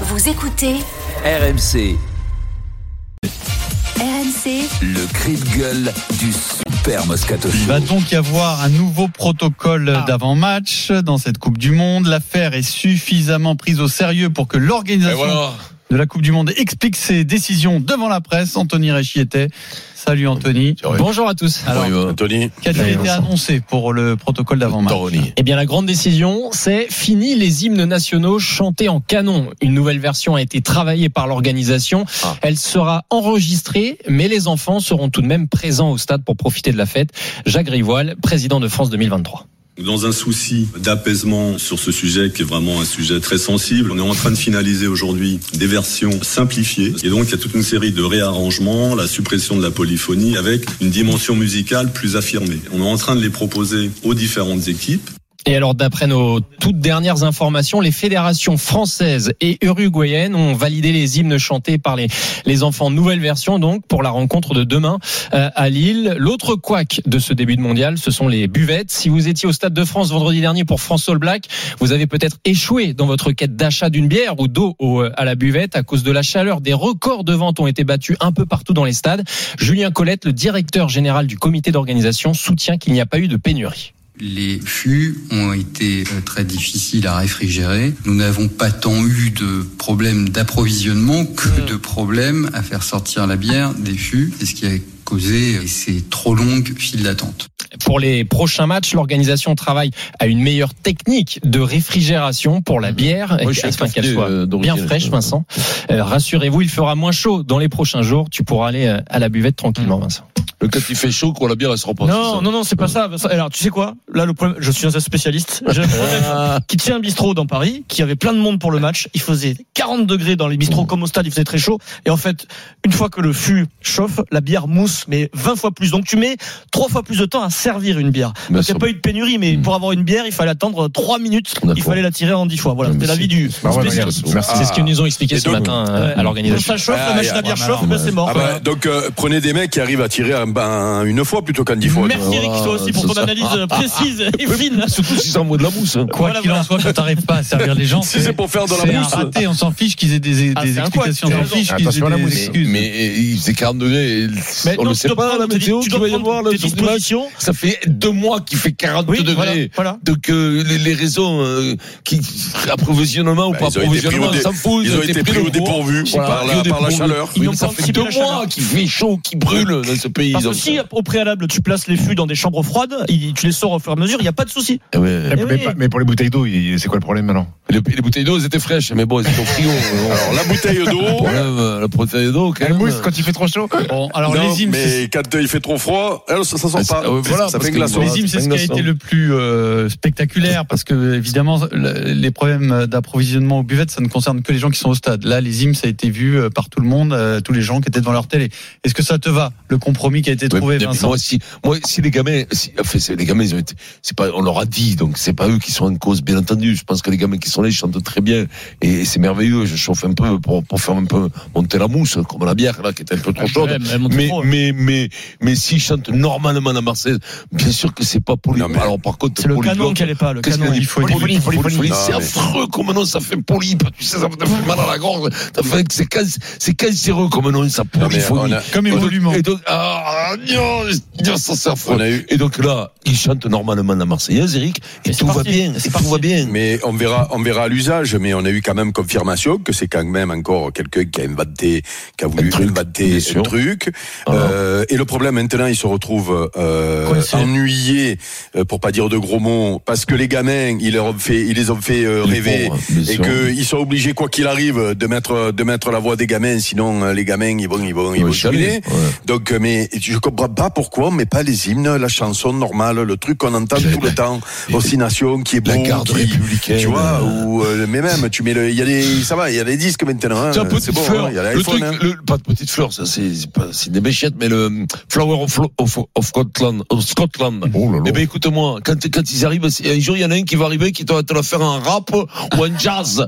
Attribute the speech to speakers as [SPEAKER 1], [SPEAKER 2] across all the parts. [SPEAKER 1] Vous écoutez
[SPEAKER 2] RMC,
[SPEAKER 1] RMC
[SPEAKER 2] le cri de gueule du super Moscato
[SPEAKER 3] Il
[SPEAKER 2] Show.
[SPEAKER 3] va donc y avoir un nouveau protocole
[SPEAKER 4] Ah.
[SPEAKER 3] d'avant-match dans cette Coupe du Monde. L'affaire est suffisamment prise au sérieux pour que l'organisation de la Coupe du Monde explique ses décisions devant la presse. Anthony Réchi était. Salut Anthony.
[SPEAKER 5] Bonjour à tous.
[SPEAKER 3] Alors,
[SPEAKER 6] Anthony,
[SPEAKER 3] qu'a-t-il été annoncé pour le protocole d'avant-match
[SPEAKER 5] Eh bien, la grande décision, c'est fini les hymnes nationaux chantés en canon. Une nouvelle version a été travaillée par l'organisation. Elle sera enregistrée, mais les enfants seront tout de même présents au stade pour profiter de la fête. Jacques Rivoal, président de France 2023.
[SPEAKER 7] Dans un souci d'apaisement sur ce sujet qui est vraiment un sujet très sensible, on est en train de finaliser aujourd'hui des versions simplifiées. Et donc il y a toute une série de réarrangements, la suppression de la polyphonie avec une dimension musicale plus affirmée. On est en train de les proposer aux différentes équipes.
[SPEAKER 5] Et alors, d'après nos toutes dernières informations, les fédérations françaises et uruguayennes ont validé les hymnes chantés par les, les enfants. Nouvelle version, donc, pour la rencontre de demain euh, à Lille. L'autre couac de ce début de mondial, ce sont les buvettes. Si vous étiez au Stade de France vendredi dernier pour France All Black, vous avez peut-être échoué dans votre quête d'achat d'une bière ou d'eau au- euh, à la buvette à cause de la chaleur. Des records de vente ont été battus un peu partout dans les stades. Julien Colette, le directeur général du comité d'organisation, soutient qu'il n'y a pas eu de pénurie.
[SPEAKER 8] Les fûts ont été euh, très difficiles à réfrigérer. Nous n'avons pas tant eu de problèmes d'approvisionnement que de problèmes à faire sortir la bière des fûts. C'est ce qui a causé euh, ces trop longues files d'attente.
[SPEAKER 5] Pour les prochains matchs, l'organisation travaille à une meilleure technique de réfrigération pour la bière,
[SPEAKER 9] Mhm. Moi, je suis
[SPEAKER 5] afin qu'elle
[SPEAKER 9] inquiet,
[SPEAKER 5] soit
[SPEAKER 9] euh, d'origine.
[SPEAKER 5] bien fraîche, Vincent. Euh, Rassurez-vous, il fera moins chaud dans les prochains jours. Tu pourras aller euh, à la buvette
[SPEAKER 9] Mhm.
[SPEAKER 5] tranquillement, Vincent.
[SPEAKER 9] Le quand il fait chaud, qu'on la bière, elle se remplace.
[SPEAKER 4] Non, non, non, c'est pas ça. Vincent. Alors, tu sais quoi Là, le problème, je suis un spécialiste. J'ai un problème qui tient un bistrot dans Paris, qui avait plein de monde pour le match. Il faisait 40 degrés dans les bistrots, comme au stade, il faisait très chaud. Et en fait, une fois que le fût chauffe, la bière mousse, mais 20 fois plus. Donc, tu mets 3 fois plus de temps à servir une bière.
[SPEAKER 9] Bien
[SPEAKER 4] Donc, il n'y
[SPEAKER 9] sûr.
[SPEAKER 4] a pas eu de pénurie, mais pour avoir une bière, il fallait attendre 3 minutes.
[SPEAKER 9] D'accord.
[SPEAKER 4] Il fallait la tirer en 10 fois. Voilà,
[SPEAKER 9] Non,
[SPEAKER 4] c'était
[SPEAKER 9] mais
[SPEAKER 4] l'avis du spécialiste.
[SPEAKER 5] C'est ce qu'ils nous ont expliqué
[SPEAKER 6] Et
[SPEAKER 5] ce
[SPEAKER 6] donc,
[SPEAKER 5] matin euh, à l'organisation.
[SPEAKER 4] Ça chauffe, la
[SPEAKER 6] Ah,
[SPEAKER 4] machine
[SPEAKER 6] y a-
[SPEAKER 4] à bière chauffe, ben, c'est mort.
[SPEAKER 6] Ah bah, donc euh, prenez des mecs qui arrivent à tirer un- ben, une fois plutôt qu'un dix fois.
[SPEAKER 4] Merci Eric, toi aussi pour ton analyse précise et fine.
[SPEAKER 9] Surtout si c'est en mode de la mousse. hein.
[SPEAKER 3] Quoi
[SPEAKER 4] Voilà,
[SPEAKER 3] qu'il en soit, quand t'arrives pas à servir les gens,
[SPEAKER 6] Si c'est pour faire de la
[SPEAKER 3] c'est un
[SPEAKER 6] mousse.
[SPEAKER 3] raté, on s'en fiche qu'ils aient des,
[SPEAKER 4] Ah,
[SPEAKER 3] des
[SPEAKER 4] c'est un
[SPEAKER 3] explications, on
[SPEAKER 4] quoi,
[SPEAKER 3] s'en
[SPEAKER 4] tu as
[SPEAKER 3] fiche
[SPEAKER 4] raison.
[SPEAKER 3] qu'ils aient des
[SPEAKER 9] Mais-
[SPEAKER 3] excuses.
[SPEAKER 9] Mais euh, il faisait 40 degrés. et
[SPEAKER 4] Mais
[SPEAKER 9] On
[SPEAKER 4] non,
[SPEAKER 9] le
[SPEAKER 4] tu
[SPEAKER 9] sait
[SPEAKER 4] dois
[SPEAKER 9] pas,
[SPEAKER 4] prendre
[SPEAKER 9] la
[SPEAKER 4] tes-
[SPEAKER 9] météo
[SPEAKER 4] tu
[SPEAKER 9] qu'il
[SPEAKER 4] dois
[SPEAKER 9] va y
[SPEAKER 4] prendre
[SPEAKER 9] avoir. là,
[SPEAKER 4] tes
[SPEAKER 9] sur ce match.
[SPEAKER 4] dispositions.
[SPEAKER 9] Ça fait deux mois qu'il fait 40
[SPEAKER 4] Oui, voilà,
[SPEAKER 9] degrés.
[SPEAKER 4] voilà.
[SPEAKER 9] Donc euh, les, les raisons euh, qui approvisionnement ou
[SPEAKER 6] Bah,
[SPEAKER 9] pas
[SPEAKER 6] ils ont été pris au
[SPEAKER 9] approvisionnement,
[SPEAKER 6] dé-
[SPEAKER 9] on s'en fout.
[SPEAKER 6] Ils ont été pris au dépourvu
[SPEAKER 9] Voilà,
[SPEAKER 6] par
[SPEAKER 9] pris au
[SPEAKER 6] la, par la
[SPEAKER 9] dépourvu.
[SPEAKER 6] chaleur.
[SPEAKER 4] Ils
[SPEAKER 9] Ils
[SPEAKER 4] n'ont pas
[SPEAKER 9] ça fait
[SPEAKER 4] anticipé
[SPEAKER 9] deux
[SPEAKER 4] la chaleur.
[SPEAKER 9] mois qu'il fait chaud, qu'il brûle dans ce pays.
[SPEAKER 4] Parce
[SPEAKER 9] ils ont-
[SPEAKER 4] que si au préalable tu places les fûts dans des chambres froides, il- tu les sors au fur et à mesure, il n'y a pas de souci.
[SPEAKER 9] Eh ouais.
[SPEAKER 4] Eh oui.
[SPEAKER 10] pour les bouteilles d'eau, il- c'est quoi le problème maintenant
[SPEAKER 9] Les, les bouteilles d'eau, elles étaient fraîches, mais bon, elles étaient au frigo.
[SPEAKER 6] Alors la bouteille
[SPEAKER 9] Le
[SPEAKER 6] d'eau.
[SPEAKER 9] problème, euh, la bouteille d'eau, quand même. Ah,
[SPEAKER 10] quand il fait trop chaud
[SPEAKER 3] Bon, alors
[SPEAKER 6] non,
[SPEAKER 3] les hymnes, c'est
[SPEAKER 6] mais quand euh, il fait trop froid, elle, ça, ça sort
[SPEAKER 9] Ah,
[SPEAKER 6] pas.
[SPEAKER 9] c'est- ah, ouais, voilà,
[SPEAKER 6] ça
[SPEAKER 9] parce
[SPEAKER 6] fait
[SPEAKER 9] que
[SPEAKER 6] glaçon.
[SPEAKER 9] les
[SPEAKER 3] Les hymnes, c'est ce qui a été le plus euh, spectaculaire parce que évidemment le- les problèmes d'approvisionnement aux buvettes, ça ne concerne que les gens qui sont au stade. Là, les hymnes, ça a été vu euh, par tout le monde, euh, tous les gens qui étaient devant leur télé. Est-ce que ça te va le compromis qui a été
[SPEAKER 9] Ouais,
[SPEAKER 3] trouvé,
[SPEAKER 9] mais
[SPEAKER 3] Vincent
[SPEAKER 9] Moi, si, moi, si les gamins, si, enfin, c'est- les gamins, ils ont été, c'est pas, on leur a dit, donc c'est pas eux qui sont en cause, bien entendu. Je pense que les gamins qui sont là, ils chantent très bien. Et c'est merveilleux. Je chauffe un peu pour, pour faire un peu monter la mousse, comme la bière, là, qui était un peu
[SPEAKER 4] Ah,
[SPEAKER 9] trop chaude. Mais,
[SPEAKER 4] hein.
[SPEAKER 9] mais, mais, mais s'ils chantent normalement la Marseillaise, bien sûr que c'est pas pour les,
[SPEAKER 6] Non, mais-
[SPEAKER 9] alors par contre,
[SPEAKER 4] C'est le
[SPEAKER 9] pour les
[SPEAKER 4] canon
[SPEAKER 9] gosses,
[SPEAKER 4] qu'elle est pas, le
[SPEAKER 9] Qu'est-ce
[SPEAKER 4] canon.
[SPEAKER 9] qu'il a dit
[SPEAKER 4] Il faut
[SPEAKER 9] Polype,
[SPEAKER 10] polype,
[SPEAKER 9] polype,
[SPEAKER 10] polype.
[SPEAKER 9] polype.
[SPEAKER 6] Non,
[SPEAKER 9] C'est
[SPEAKER 6] mais-
[SPEAKER 9] affreux comme nom, ça fait polype. Tu sais, ça te fait mal à la gorge. Ça fait- C'est can- c'est cancéreux comme nom, ça
[SPEAKER 6] Non, mais
[SPEAKER 9] polyphonie.
[SPEAKER 6] on a-
[SPEAKER 3] Comme
[SPEAKER 9] Et donc-
[SPEAKER 3] évolument.
[SPEAKER 9] Et donc, ah, non, non, ça c'est affreux.
[SPEAKER 6] On a eu-
[SPEAKER 9] Et donc là, il chante normalement la Marseillaise, Eric, et
[SPEAKER 4] Mais c'est
[SPEAKER 9] tout va
[SPEAKER 4] parti,
[SPEAKER 9] bien,
[SPEAKER 4] c'est
[SPEAKER 9] et tout
[SPEAKER 4] parti.
[SPEAKER 9] va bien.
[SPEAKER 6] Mais on verra, on verra à l'usage, mais on a eu quand même confirmation que c'est quand même encore quelqu'un qui a inventé, qui a voulu
[SPEAKER 9] Un truc,
[SPEAKER 6] inventer
[SPEAKER 9] bien
[SPEAKER 6] un
[SPEAKER 9] sûr.
[SPEAKER 6] truc.
[SPEAKER 9] Alors.
[SPEAKER 6] Euh, et le problème maintenant, il se retrouve euh,
[SPEAKER 4] Coincé.
[SPEAKER 6] ennuyé, euh, pour pas dire de gros mots, parce que les gamins, ils, leur ont fait, ils les ont fait euh,
[SPEAKER 9] Les
[SPEAKER 6] rêver.
[SPEAKER 9] pauvres, bien
[SPEAKER 6] Et
[SPEAKER 9] sûr.
[SPEAKER 6] qu'ils sont obligés, quoi qu'il arrive, de mettre, de mettre la voix des gamins, sinon euh, les gamins, ils vont, ils vont, ils
[SPEAKER 9] Ouais,
[SPEAKER 6] vont
[SPEAKER 9] chialer.
[SPEAKER 6] chialer.
[SPEAKER 9] Ouais.
[SPEAKER 6] Donc, euh, mais je comprends pas pourquoi on met pas les hymnes, la chanson normale, le truc qu'on entend
[SPEAKER 9] La-
[SPEAKER 6] tout le
[SPEAKER 9] la-
[SPEAKER 6] temps, aussi nation, qui est beau,
[SPEAKER 9] La garde
[SPEAKER 6] qui-
[SPEAKER 9] républicaine.
[SPEAKER 6] tu vois, ou euh, mais même, tu mets le, il y a des, ça va, il y a des disques maintenant, hein,
[SPEAKER 9] C'est un
[SPEAKER 6] c'est
[SPEAKER 9] petite
[SPEAKER 6] bon,
[SPEAKER 9] fleur.
[SPEAKER 6] hein, il y a
[SPEAKER 9] le
[SPEAKER 6] l'iPhone.
[SPEAKER 9] truc,
[SPEAKER 6] hein.
[SPEAKER 9] le- pas de petite fleur, ça c'est c'est pas- c'est des béchettes, mais le hum, Flower of, Flo- of, of Scotland. Of Scotland.
[SPEAKER 6] Oh
[SPEAKER 9] Eh ben écoute-moi, quand, quand ils arrivent, c'est- un jour il y en a un qui va arriver qui doit te la faire en rap ou en jazz.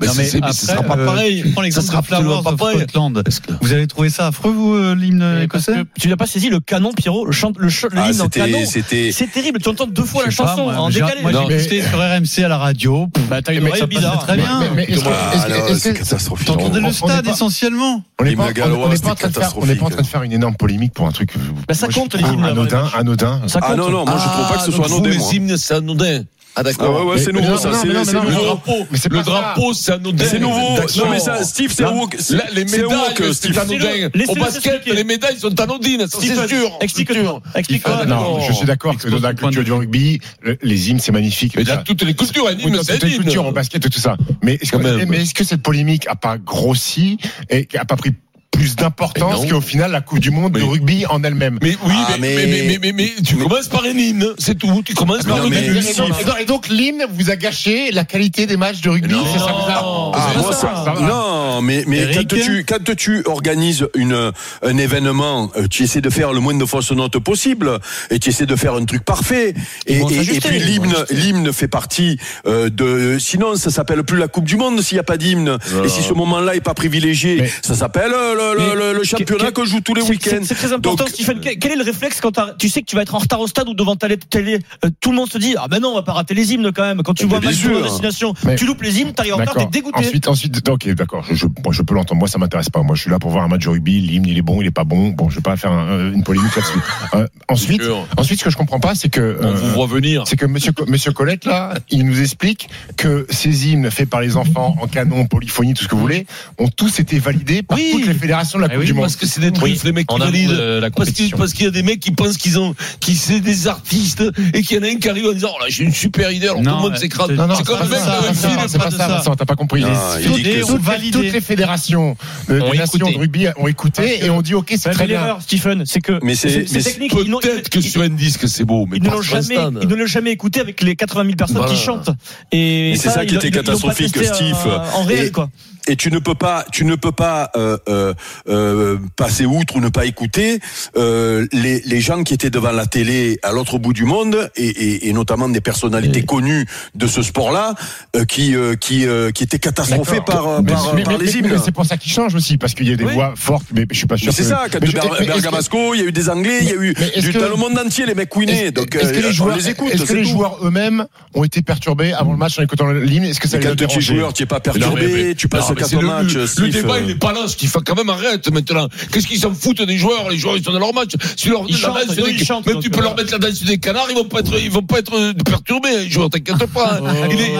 [SPEAKER 9] Mais
[SPEAKER 3] Non,
[SPEAKER 9] c'est-
[SPEAKER 3] mais
[SPEAKER 9] c'est- mais ce
[SPEAKER 3] après,
[SPEAKER 9] sera pas
[SPEAKER 3] euh,
[SPEAKER 9] pareil.
[SPEAKER 3] Je prends
[SPEAKER 9] Ça
[SPEAKER 3] l'exemple
[SPEAKER 9] sera
[SPEAKER 3] de Flowers
[SPEAKER 9] absolument pas
[SPEAKER 3] of
[SPEAKER 9] pareil.
[SPEAKER 3] Scotland.
[SPEAKER 9] Parce que-
[SPEAKER 3] Vous avez trouvé ça affreux, vous, euh, l'hymne
[SPEAKER 4] Eh, Parce
[SPEAKER 3] écossais
[SPEAKER 4] que tu n'as pas saisi le canon, Pierrot, le, chant, le, ch- le
[SPEAKER 6] Ah,
[SPEAKER 4] hymne en canon.
[SPEAKER 6] c'était, c'était,
[SPEAKER 4] C'est terrible, tu entends deux fois la
[SPEAKER 3] Je sais pas,
[SPEAKER 4] chanson
[SPEAKER 3] moi,
[SPEAKER 4] en
[SPEAKER 3] j'ai-
[SPEAKER 4] décalé.
[SPEAKER 3] Moi,
[SPEAKER 9] Non,
[SPEAKER 3] j'ai écouté sur RMC à la radio. Pff,
[SPEAKER 4] Bah, t'as une
[SPEAKER 3] mais
[SPEAKER 4] oreille
[SPEAKER 3] ça passait
[SPEAKER 4] bizarre.
[SPEAKER 3] très bien.
[SPEAKER 10] Mais- mais est-ce que-
[SPEAKER 6] ah,
[SPEAKER 10] est-ce que-
[SPEAKER 6] non,
[SPEAKER 10] est-ce
[SPEAKER 6] c'est
[SPEAKER 10] que-
[SPEAKER 6] catastrophique.
[SPEAKER 3] T'entendais
[SPEAKER 10] on-
[SPEAKER 3] le
[SPEAKER 10] on
[SPEAKER 3] stade
[SPEAKER 10] est pas-
[SPEAKER 3] essentiellement.
[SPEAKER 10] On n'est
[SPEAKER 6] Les
[SPEAKER 10] pas,
[SPEAKER 6] Magalois,
[SPEAKER 10] on n'est
[SPEAKER 6] c'était
[SPEAKER 10] pas en train de faire, on n'est pas en train de faire une énorme polémique pour un truc.
[SPEAKER 4] Bah, ça
[SPEAKER 10] Moi, je
[SPEAKER 4] compte, les
[SPEAKER 10] trouve
[SPEAKER 4] hymnes, là, dans les
[SPEAKER 10] Anodin,
[SPEAKER 4] matchs.
[SPEAKER 10] anodin.
[SPEAKER 4] Ça compte.
[SPEAKER 6] Ah non, non, moi je trouve pas que ce soit
[SPEAKER 9] donc vous,
[SPEAKER 6] anodin. moi.
[SPEAKER 9] Les hymnes, c'est anodin. Ah
[SPEAKER 6] Ah ouais,
[SPEAKER 9] d'accord.
[SPEAKER 6] ouais, c'est
[SPEAKER 10] Mais-
[SPEAKER 6] nouveau
[SPEAKER 10] mais
[SPEAKER 6] ça.
[SPEAKER 10] non,
[SPEAKER 6] C'est
[SPEAKER 10] mais non, mais
[SPEAKER 6] c'est
[SPEAKER 10] non,
[SPEAKER 9] Le
[SPEAKER 10] mais
[SPEAKER 6] nouveau.
[SPEAKER 9] drapeau,
[SPEAKER 10] Mais c'est pas
[SPEAKER 9] le
[SPEAKER 10] ça.
[SPEAKER 9] drapeau, c'est anodin.
[SPEAKER 6] C'est nouveau.
[SPEAKER 9] D'accord.
[SPEAKER 6] Non, mais
[SPEAKER 10] Hein
[SPEAKER 6] ça, Steve, c'est
[SPEAKER 9] Là,
[SPEAKER 6] woke.
[SPEAKER 9] Là, les
[SPEAKER 6] C'est
[SPEAKER 9] médailles,
[SPEAKER 6] woke,
[SPEAKER 9] c'est
[SPEAKER 6] Steve.
[SPEAKER 9] anodin.
[SPEAKER 4] Laissez-le
[SPEAKER 9] Au basket,
[SPEAKER 4] s'expliquer.
[SPEAKER 9] les médailles sont anodines, ça, c'est
[SPEAKER 4] Stephen,
[SPEAKER 9] sûr.
[SPEAKER 4] Explique-toi. Explique-toi.
[SPEAKER 9] Ah,
[SPEAKER 10] Non,
[SPEAKER 9] non.
[SPEAKER 10] je suis d'accord que dans la culture du rugby, le- les hymnes, c'est magnifique.
[SPEAKER 9] Mais
[SPEAKER 10] Ça.
[SPEAKER 9] dans toutes les cultures, un
[SPEAKER 10] Oui,
[SPEAKER 9] hymne,
[SPEAKER 10] dans
[SPEAKER 9] c'est
[SPEAKER 10] toutes
[SPEAKER 9] un
[SPEAKER 10] les cultures, au
[SPEAKER 9] hymne.
[SPEAKER 10] basket et tout ça. Mais est-ce que,
[SPEAKER 9] Quand même.
[SPEAKER 10] mais est-ce que cette polémique a pas grossi et a pas pris plus d'importance
[SPEAKER 6] Eh
[SPEAKER 9] Mais non.
[SPEAKER 10] qu'au final la Coupe du Monde de
[SPEAKER 9] Mais-
[SPEAKER 10] rugby en elle-même
[SPEAKER 9] Mais oui,
[SPEAKER 6] Ah,
[SPEAKER 9] mais,
[SPEAKER 6] mais-
[SPEAKER 9] mais, mais, mais, mais, mais tu commences par un hymne, c'est tout. Tu commences
[SPEAKER 6] Mais
[SPEAKER 9] par
[SPEAKER 6] non,
[SPEAKER 9] le
[SPEAKER 6] mais-
[SPEAKER 9] début.
[SPEAKER 10] Et donc- et donc- et donc l'hymne vous a gâché la qualité des matchs de rugby,
[SPEAKER 9] Non.
[SPEAKER 10] c'est ça vous a-
[SPEAKER 9] Ah,
[SPEAKER 10] c'est
[SPEAKER 6] Ah,
[SPEAKER 10] pas
[SPEAKER 6] moi, ça,
[SPEAKER 10] ça va.
[SPEAKER 6] non, mais, mais
[SPEAKER 3] Eric
[SPEAKER 6] quand, tu, quand tu organises une, un événement, euh, tu essaies de faire le moins de fausses notes possible et tu essaies de faire un truc parfait. Et,
[SPEAKER 4] vont
[SPEAKER 6] et- et
[SPEAKER 4] s'ajuster,
[SPEAKER 6] puis
[SPEAKER 4] ils vont
[SPEAKER 6] l'hymne l'hymne fait partie euh, de. Sinon, ça s'appelle plus la Coupe du Monde s'il n'y a pas d'hymne. Et si ce moment-là n'est pas privilégié,
[SPEAKER 10] Mais-
[SPEAKER 6] ça s'appelle euh, le, le-
[SPEAKER 4] Mais-
[SPEAKER 6] le- le
[SPEAKER 4] que-
[SPEAKER 6] championnat
[SPEAKER 4] que-
[SPEAKER 6] qu'on joue tous les
[SPEAKER 4] C'est-
[SPEAKER 6] week-ends.
[SPEAKER 4] c'est- C'est très important,
[SPEAKER 6] Donc- euh,
[SPEAKER 4] Stephen. Quel quel est le réflexe quand t'as- tu sais que tu vas être en retard au stade ou devant ta télé euh, Tout le monde se dit Ah ben non, on va pas rater les hymnes quand même. Quand tu
[SPEAKER 6] Mais
[SPEAKER 4] vois un
[SPEAKER 6] bien
[SPEAKER 4] match de
[SPEAKER 6] sûr.
[SPEAKER 4] destination,
[SPEAKER 10] Mais-
[SPEAKER 4] tu loupes les hymnes, t'arrives en retard, t'es
[SPEAKER 10] D'accord.
[SPEAKER 4] dégoûté.
[SPEAKER 10] Ensuite, ensuite, ok, d'accord. Je, je- bon, je peux l'entendre. Moi, ça m'intéresse pas. Moi, je suis là pour voir un match de rugby. L'hymne, il est bon, il est pas bon. Bon, je vais pas faire un- une polémique là-dessus. Euh, ensuite,
[SPEAKER 9] Sûr.
[SPEAKER 10] ensuite, ce que je comprends pas, c'est que
[SPEAKER 9] On
[SPEAKER 10] euh,
[SPEAKER 9] vous voit venir.
[SPEAKER 10] C'est que Monsieur, Co- Monsieur Colette, là, il nous explique que ces hymnes faits par les enfants en canon, polyphonie, tout ce que vous voulez, ont tous été validés par
[SPEAKER 9] Ah Oui.
[SPEAKER 10] toutes les fédérations de la
[SPEAKER 5] Eh
[SPEAKER 10] Coupe
[SPEAKER 5] oui,
[SPEAKER 10] du Monde.
[SPEAKER 9] Parce que c'est des trucs, les mecs qui
[SPEAKER 5] En amont
[SPEAKER 9] valident.
[SPEAKER 5] de la
[SPEAKER 9] Parce qu'il
[SPEAKER 5] compétition.
[SPEAKER 9] parce qu'il y a des mecs qui pensent qu'ils ont, qui c'est des artistes et qu'il y en a un qui arrive en disant oh là j'ai une super idée alors
[SPEAKER 3] Non,
[SPEAKER 9] tout le monde
[SPEAKER 3] euh,
[SPEAKER 9] s'écrase.
[SPEAKER 3] c'est-
[SPEAKER 9] C'est
[SPEAKER 10] pas ça, pas
[SPEAKER 9] comme même dans un
[SPEAKER 10] ça,
[SPEAKER 9] film.
[SPEAKER 10] c'est pas ça, Vincent, t'as pas compris.
[SPEAKER 6] Ah,
[SPEAKER 10] Les-
[SPEAKER 6] il dit
[SPEAKER 10] toutes,
[SPEAKER 6] que
[SPEAKER 10] les-
[SPEAKER 6] c'est-
[SPEAKER 10] toutes les- toutes les fédérations de,
[SPEAKER 5] Ont
[SPEAKER 10] des nations
[SPEAKER 5] écouté.
[SPEAKER 10] de rugby Euh, ont écouté et ont dit ok, c'est
[SPEAKER 4] Mais
[SPEAKER 10] très bien.
[SPEAKER 4] l'erreur, Stephen, c'est que
[SPEAKER 6] Mais c'est-
[SPEAKER 4] c'est c'est
[SPEAKER 6] mais c'est-
[SPEAKER 4] technique. ils n'ont-
[SPEAKER 9] Peut-être que
[SPEAKER 4] ils-
[SPEAKER 9] sur un disque c'est beau, mais
[SPEAKER 4] Ils ne
[SPEAKER 9] pas
[SPEAKER 4] l'ont
[SPEAKER 9] sur un
[SPEAKER 4] jamais,
[SPEAKER 9] stade.
[SPEAKER 4] ils ne l'ont jamais écouté avec les 80 000 personnes
[SPEAKER 9] Voilà.
[SPEAKER 4] qui chantent. Et,
[SPEAKER 6] Et c'est ça qui
[SPEAKER 4] ils-
[SPEAKER 6] était
[SPEAKER 4] ils l'ont pas
[SPEAKER 6] catastrophique,
[SPEAKER 4] testé, euh,
[SPEAKER 6] Steve.
[SPEAKER 4] En réel,
[SPEAKER 6] Et-
[SPEAKER 4] quoi.
[SPEAKER 6] et tu ne peux pas, tu ne peux pas euh, euh, euh, passer outre ou ne pas écouter euh, les, les gens qui étaient devant la télé à l'autre bout du monde et, et, et notamment des personnalités connues de ce sport-là euh, qui euh, qui euh, qui étaient catastrophées par euh,
[SPEAKER 10] Mais-
[SPEAKER 6] par,
[SPEAKER 10] mais-
[SPEAKER 6] par
[SPEAKER 10] mais-
[SPEAKER 6] les
[SPEAKER 10] mais-
[SPEAKER 6] hymnes.
[SPEAKER 10] mais C'est pour ça qu'ils changent aussi, parce qu'il y a des
[SPEAKER 6] Oui.
[SPEAKER 10] voix fortes, mais je suis pas sûr.
[SPEAKER 6] Mais c'est
[SPEAKER 10] que-
[SPEAKER 6] ça, quand
[SPEAKER 10] Mais je-
[SPEAKER 6] Ber-
[SPEAKER 10] mais est-ce que-
[SPEAKER 6] Bergamasco, il y a eu des Anglais, il y a eu
[SPEAKER 10] mais est-ce
[SPEAKER 6] du
[SPEAKER 10] que-
[SPEAKER 6] dans le monde entier les mecs
[SPEAKER 10] Est-ce
[SPEAKER 6] queenaient. Donc
[SPEAKER 10] est-ce que
[SPEAKER 6] euh,
[SPEAKER 10] les
[SPEAKER 6] on
[SPEAKER 10] joueurs,
[SPEAKER 6] les écoute.
[SPEAKER 10] est-ce que
[SPEAKER 6] c'est
[SPEAKER 10] les
[SPEAKER 6] tout.
[SPEAKER 10] joueurs eux-mêmes ont été perturbés avant le match en écoutant l'hymne Est-ce que ça
[SPEAKER 6] Mais
[SPEAKER 10] les a
[SPEAKER 6] quand tu es
[SPEAKER 10] dérangés
[SPEAKER 6] joueur, tu n'es pas
[SPEAKER 9] Non, mais- mais-
[SPEAKER 6] perturbé, tu passes
[SPEAKER 9] non, mais c'est
[SPEAKER 6] quatre
[SPEAKER 9] le-
[SPEAKER 6] matchs.
[SPEAKER 9] Le,
[SPEAKER 6] Steve.
[SPEAKER 9] débat,
[SPEAKER 4] euh.
[SPEAKER 9] il n'est pas là. Ce qu'il faut quand même arrête maintenant. Qu'est-ce qu'ils s'en foutent des joueurs Les joueurs, ils sont dans leur match. Si leur,
[SPEAKER 4] Ils
[SPEAKER 9] la
[SPEAKER 4] chantent,
[SPEAKER 9] danse des-
[SPEAKER 4] eux, ils chantent,
[SPEAKER 9] même
[SPEAKER 4] donc,
[SPEAKER 9] tu peux
[SPEAKER 4] euh,
[SPEAKER 9] leur mettre la danse des canards, ils vont pas être, ils vont pas être euh, perturbés. Les joueurs, t'inquiète pas. hein.
[SPEAKER 4] Oh.
[SPEAKER 9] Il est-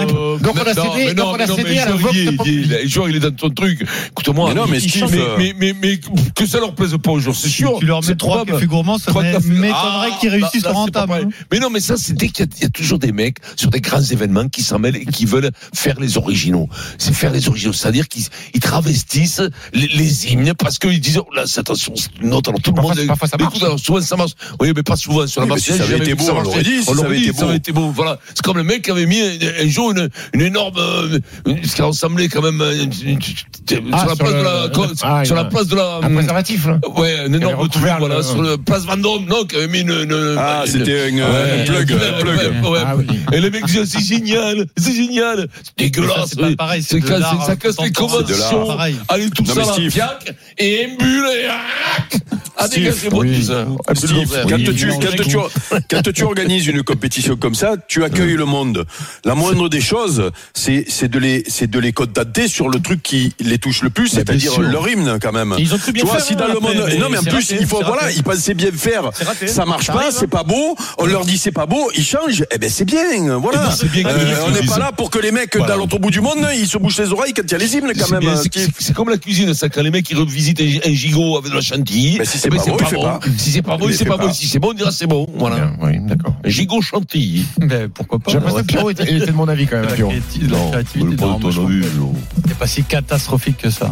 [SPEAKER 10] Donc on a
[SPEAKER 9] Non,
[SPEAKER 10] cédé-
[SPEAKER 9] mais
[SPEAKER 10] donc
[SPEAKER 9] non,
[SPEAKER 10] on
[SPEAKER 9] mais
[SPEAKER 10] a
[SPEAKER 9] non,
[SPEAKER 10] cédé
[SPEAKER 9] mais
[SPEAKER 10] à la
[SPEAKER 9] Jean,
[SPEAKER 10] vox
[SPEAKER 9] il est-
[SPEAKER 10] populi.
[SPEAKER 9] il est- Jean, il est dans ton truc. Écoute-moi.
[SPEAKER 6] Mais non, mais
[SPEAKER 9] il- il
[SPEAKER 6] Steve,
[SPEAKER 9] chante.
[SPEAKER 6] euh,
[SPEAKER 9] mais, mais, mais, mais que ça leur plaise pas aux joueurs, c'est
[SPEAKER 3] Si
[SPEAKER 9] sûr.
[SPEAKER 3] tu leur mets
[SPEAKER 9] C'est
[SPEAKER 3] trois
[SPEAKER 9] probable.
[SPEAKER 3] cafés gourmands, ça
[SPEAKER 9] Trois cafés-
[SPEAKER 3] m'étonnerait
[SPEAKER 9] Ah,
[SPEAKER 3] qu'ils réussissent
[SPEAKER 9] là,
[SPEAKER 3] leur
[SPEAKER 9] là, c'est pas
[SPEAKER 3] entame. hein.
[SPEAKER 9] vrai. Mais non, mais ça, c'est dès qu'il y, a- il y a toujours des mecs sur des grands événements qui s'en mêlent et qui veulent faire les originaux. C'est faire les originaux, c'est-à-dire qu'ils ils travestissent les, les hymnes parce qu'ils disent oh là, c'est attention, c'est une note. Alors tout le
[SPEAKER 10] Parfois,
[SPEAKER 9] monde
[SPEAKER 10] c'est- parfois, ça
[SPEAKER 9] écoute,
[SPEAKER 10] marche.
[SPEAKER 9] alors, souvent ça marche. Oui, mais pas souvent sur la
[SPEAKER 6] Oui, mais si
[SPEAKER 9] Marseillaise.
[SPEAKER 6] ça avait
[SPEAKER 9] j'ai jamais
[SPEAKER 6] été
[SPEAKER 9] vu
[SPEAKER 6] beau,
[SPEAKER 9] ça
[SPEAKER 6] on l'aurait
[SPEAKER 9] marcher.
[SPEAKER 6] dit, si
[SPEAKER 9] On
[SPEAKER 6] ça
[SPEAKER 9] l'aurait
[SPEAKER 6] avait
[SPEAKER 9] dit,
[SPEAKER 6] été
[SPEAKER 9] ça aurait
[SPEAKER 6] beau.
[SPEAKER 9] été beau. Voilà, c'est comme le mec qui avait mis un, un jour une, une énorme, euh, une- ce qui ressemblait quand même euh, une- une-
[SPEAKER 10] Ah,
[SPEAKER 9] sur la
[SPEAKER 10] sur
[SPEAKER 9] place
[SPEAKER 10] le-
[SPEAKER 9] de la,
[SPEAKER 10] Ah,
[SPEAKER 9] sur
[SPEAKER 10] il
[SPEAKER 9] la
[SPEAKER 10] a-
[SPEAKER 9] place de la.
[SPEAKER 10] Un préservatif, là
[SPEAKER 9] Ouais, euh, un
[SPEAKER 10] avait
[SPEAKER 9] énorme truc,
[SPEAKER 10] recouvert
[SPEAKER 9] voilà,
[SPEAKER 10] le-
[SPEAKER 3] euh,
[SPEAKER 9] sur le place Vendôme, non, qui avait mis une, une-
[SPEAKER 6] Ah,
[SPEAKER 9] une-
[SPEAKER 6] c'était un,
[SPEAKER 9] Ouais,
[SPEAKER 6] euh, un plug, un plug.
[SPEAKER 9] ouais, ouais.
[SPEAKER 10] Ah oui.
[SPEAKER 9] Et les mecs disaient, c'est génial, c'est génial, c'est
[SPEAKER 3] Ça,
[SPEAKER 9] dégueulasse.
[SPEAKER 3] C'est pas
[SPEAKER 9] oui.
[SPEAKER 3] pareil,
[SPEAKER 9] C'est
[SPEAKER 3] c'est de
[SPEAKER 9] classe-
[SPEAKER 3] l'art hein,
[SPEAKER 9] ça casse les
[SPEAKER 3] contemporain.
[SPEAKER 9] commodes,
[SPEAKER 3] C'est de l'art.
[SPEAKER 9] si on-
[SPEAKER 3] Pareil.
[SPEAKER 9] Allez, tout
[SPEAKER 6] Non,
[SPEAKER 9] ça,
[SPEAKER 6] mais
[SPEAKER 9] la
[SPEAKER 6] Steve.
[SPEAKER 9] fiac, et embule, et ah, ah,
[SPEAKER 6] Steve,
[SPEAKER 9] dégage, c'est bon,
[SPEAKER 10] oui.
[SPEAKER 9] tout ça.
[SPEAKER 6] Steve, quand,
[SPEAKER 3] oui,
[SPEAKER 6] tu,
[SPEAKER 3] non,
[SPEAKER 6] quand,
[SPEAKER 3] je
[SPEAKER 6] tu, quand tu organises une compétition comme ça, tu accueilles le monde. La moindre des choses, c'est c'est de les c'est de les dater sur le truc qui les touche le plus, c'est-à-dire leur hymne quand même.
[SPEAKER 4] Ils ont cru bien
[SPEAKER 6] Tu vois,
[SPEAKER 4] faire,
[SPEAKER 6] si dans
[SPEAKER 4] hein,
[SPEAKER 6] le monde,
[SPEAKER 4] après,
[SPEAKER 6] non mais en
[SPEAKER 4] c'est
[SPEAKER 6] plus,
[SPEAKER 4] raté,
[SPEAKER 6] il faut
[SPEAKER 4] c'est
[SPEAKER 6] voilà,
[SPEAKER 4] raté.
[SPEAKER 6] ils pensaient bien faire,
[SPEAKER 4] C'est raté.
[SPEAKER 6] ça marche
[SPEAKER 4] Ça
[SPEAKER 6] pas,
[SPEAKER 4] arrive, hein.
[SPEAKER 6] c'est pas beau. On leur dit c'est pas beau, ils changent. Eh ben c'est bien,
[SPEAKER 9] Eh
[SPEAKER 6] voilà.
[SPEAKER 9] ben, c'est bien
[SPEAKER 6] Euh,
[SPEAKER 9] qu'ils disent,
[SPEAKER 6] on n'est
[SPEAKER 9] ils
[SPEAKER 6] pas
[SPEAKER 9] disent.
[SPEAKER 6] là pour que les mecs
[SPEAKER 9] Voilà.
[SPEAKER 6] dans l'autre bout du monde, ils se bouchent les oreilles quand il y a les hymnes quand
[SPEAKER 9] C'est
[SPEAKER 6] même.
[SPEAKER 9] bien,
[SPEAKER 6] hein,
[SPEAKER 9] c'est-
[SPEAKER 6] Steve.
[SPEAKER 9] c'est- C'est comme la cuisine, ça. Quand les mecs ils revisitent un, un gigot avec de la chantilly,
[SPEAKER 6] Mais si
[SPEAKER 9] eh
[SPEAKER 6] c'est
[SPEAKER 9] ben,
[SPEAKER 6] pas bon, il fait pas.
[SPEAKER 9] Si c'est pas bon,
[SPEAKER 6] Il
[SPEAKER 9] c'est
[SPEAKER 6] fait
[SPEAKER 9] pas
[SPEAKER 6] pas.
[SPEAKER 9] bon. Si c'est bon, on dira c'est bon. Voilà.
[SPEAKER 10] Bien, Oui, d'accord.
[SPEAKER 9] Un gigot chantilly.
[SPEAKER 3] Ben, Pourquoi pas
[SPEAKER 10] J'ai l'impression que Pierrot était, était de mon avis quand même.
[SPEAKER 3] La
[SPEAKER 10] Pierrot.
[SPEAKER 3] créati- la créativité, non, moi, je trouve que C'est pas si catastrophique que ça.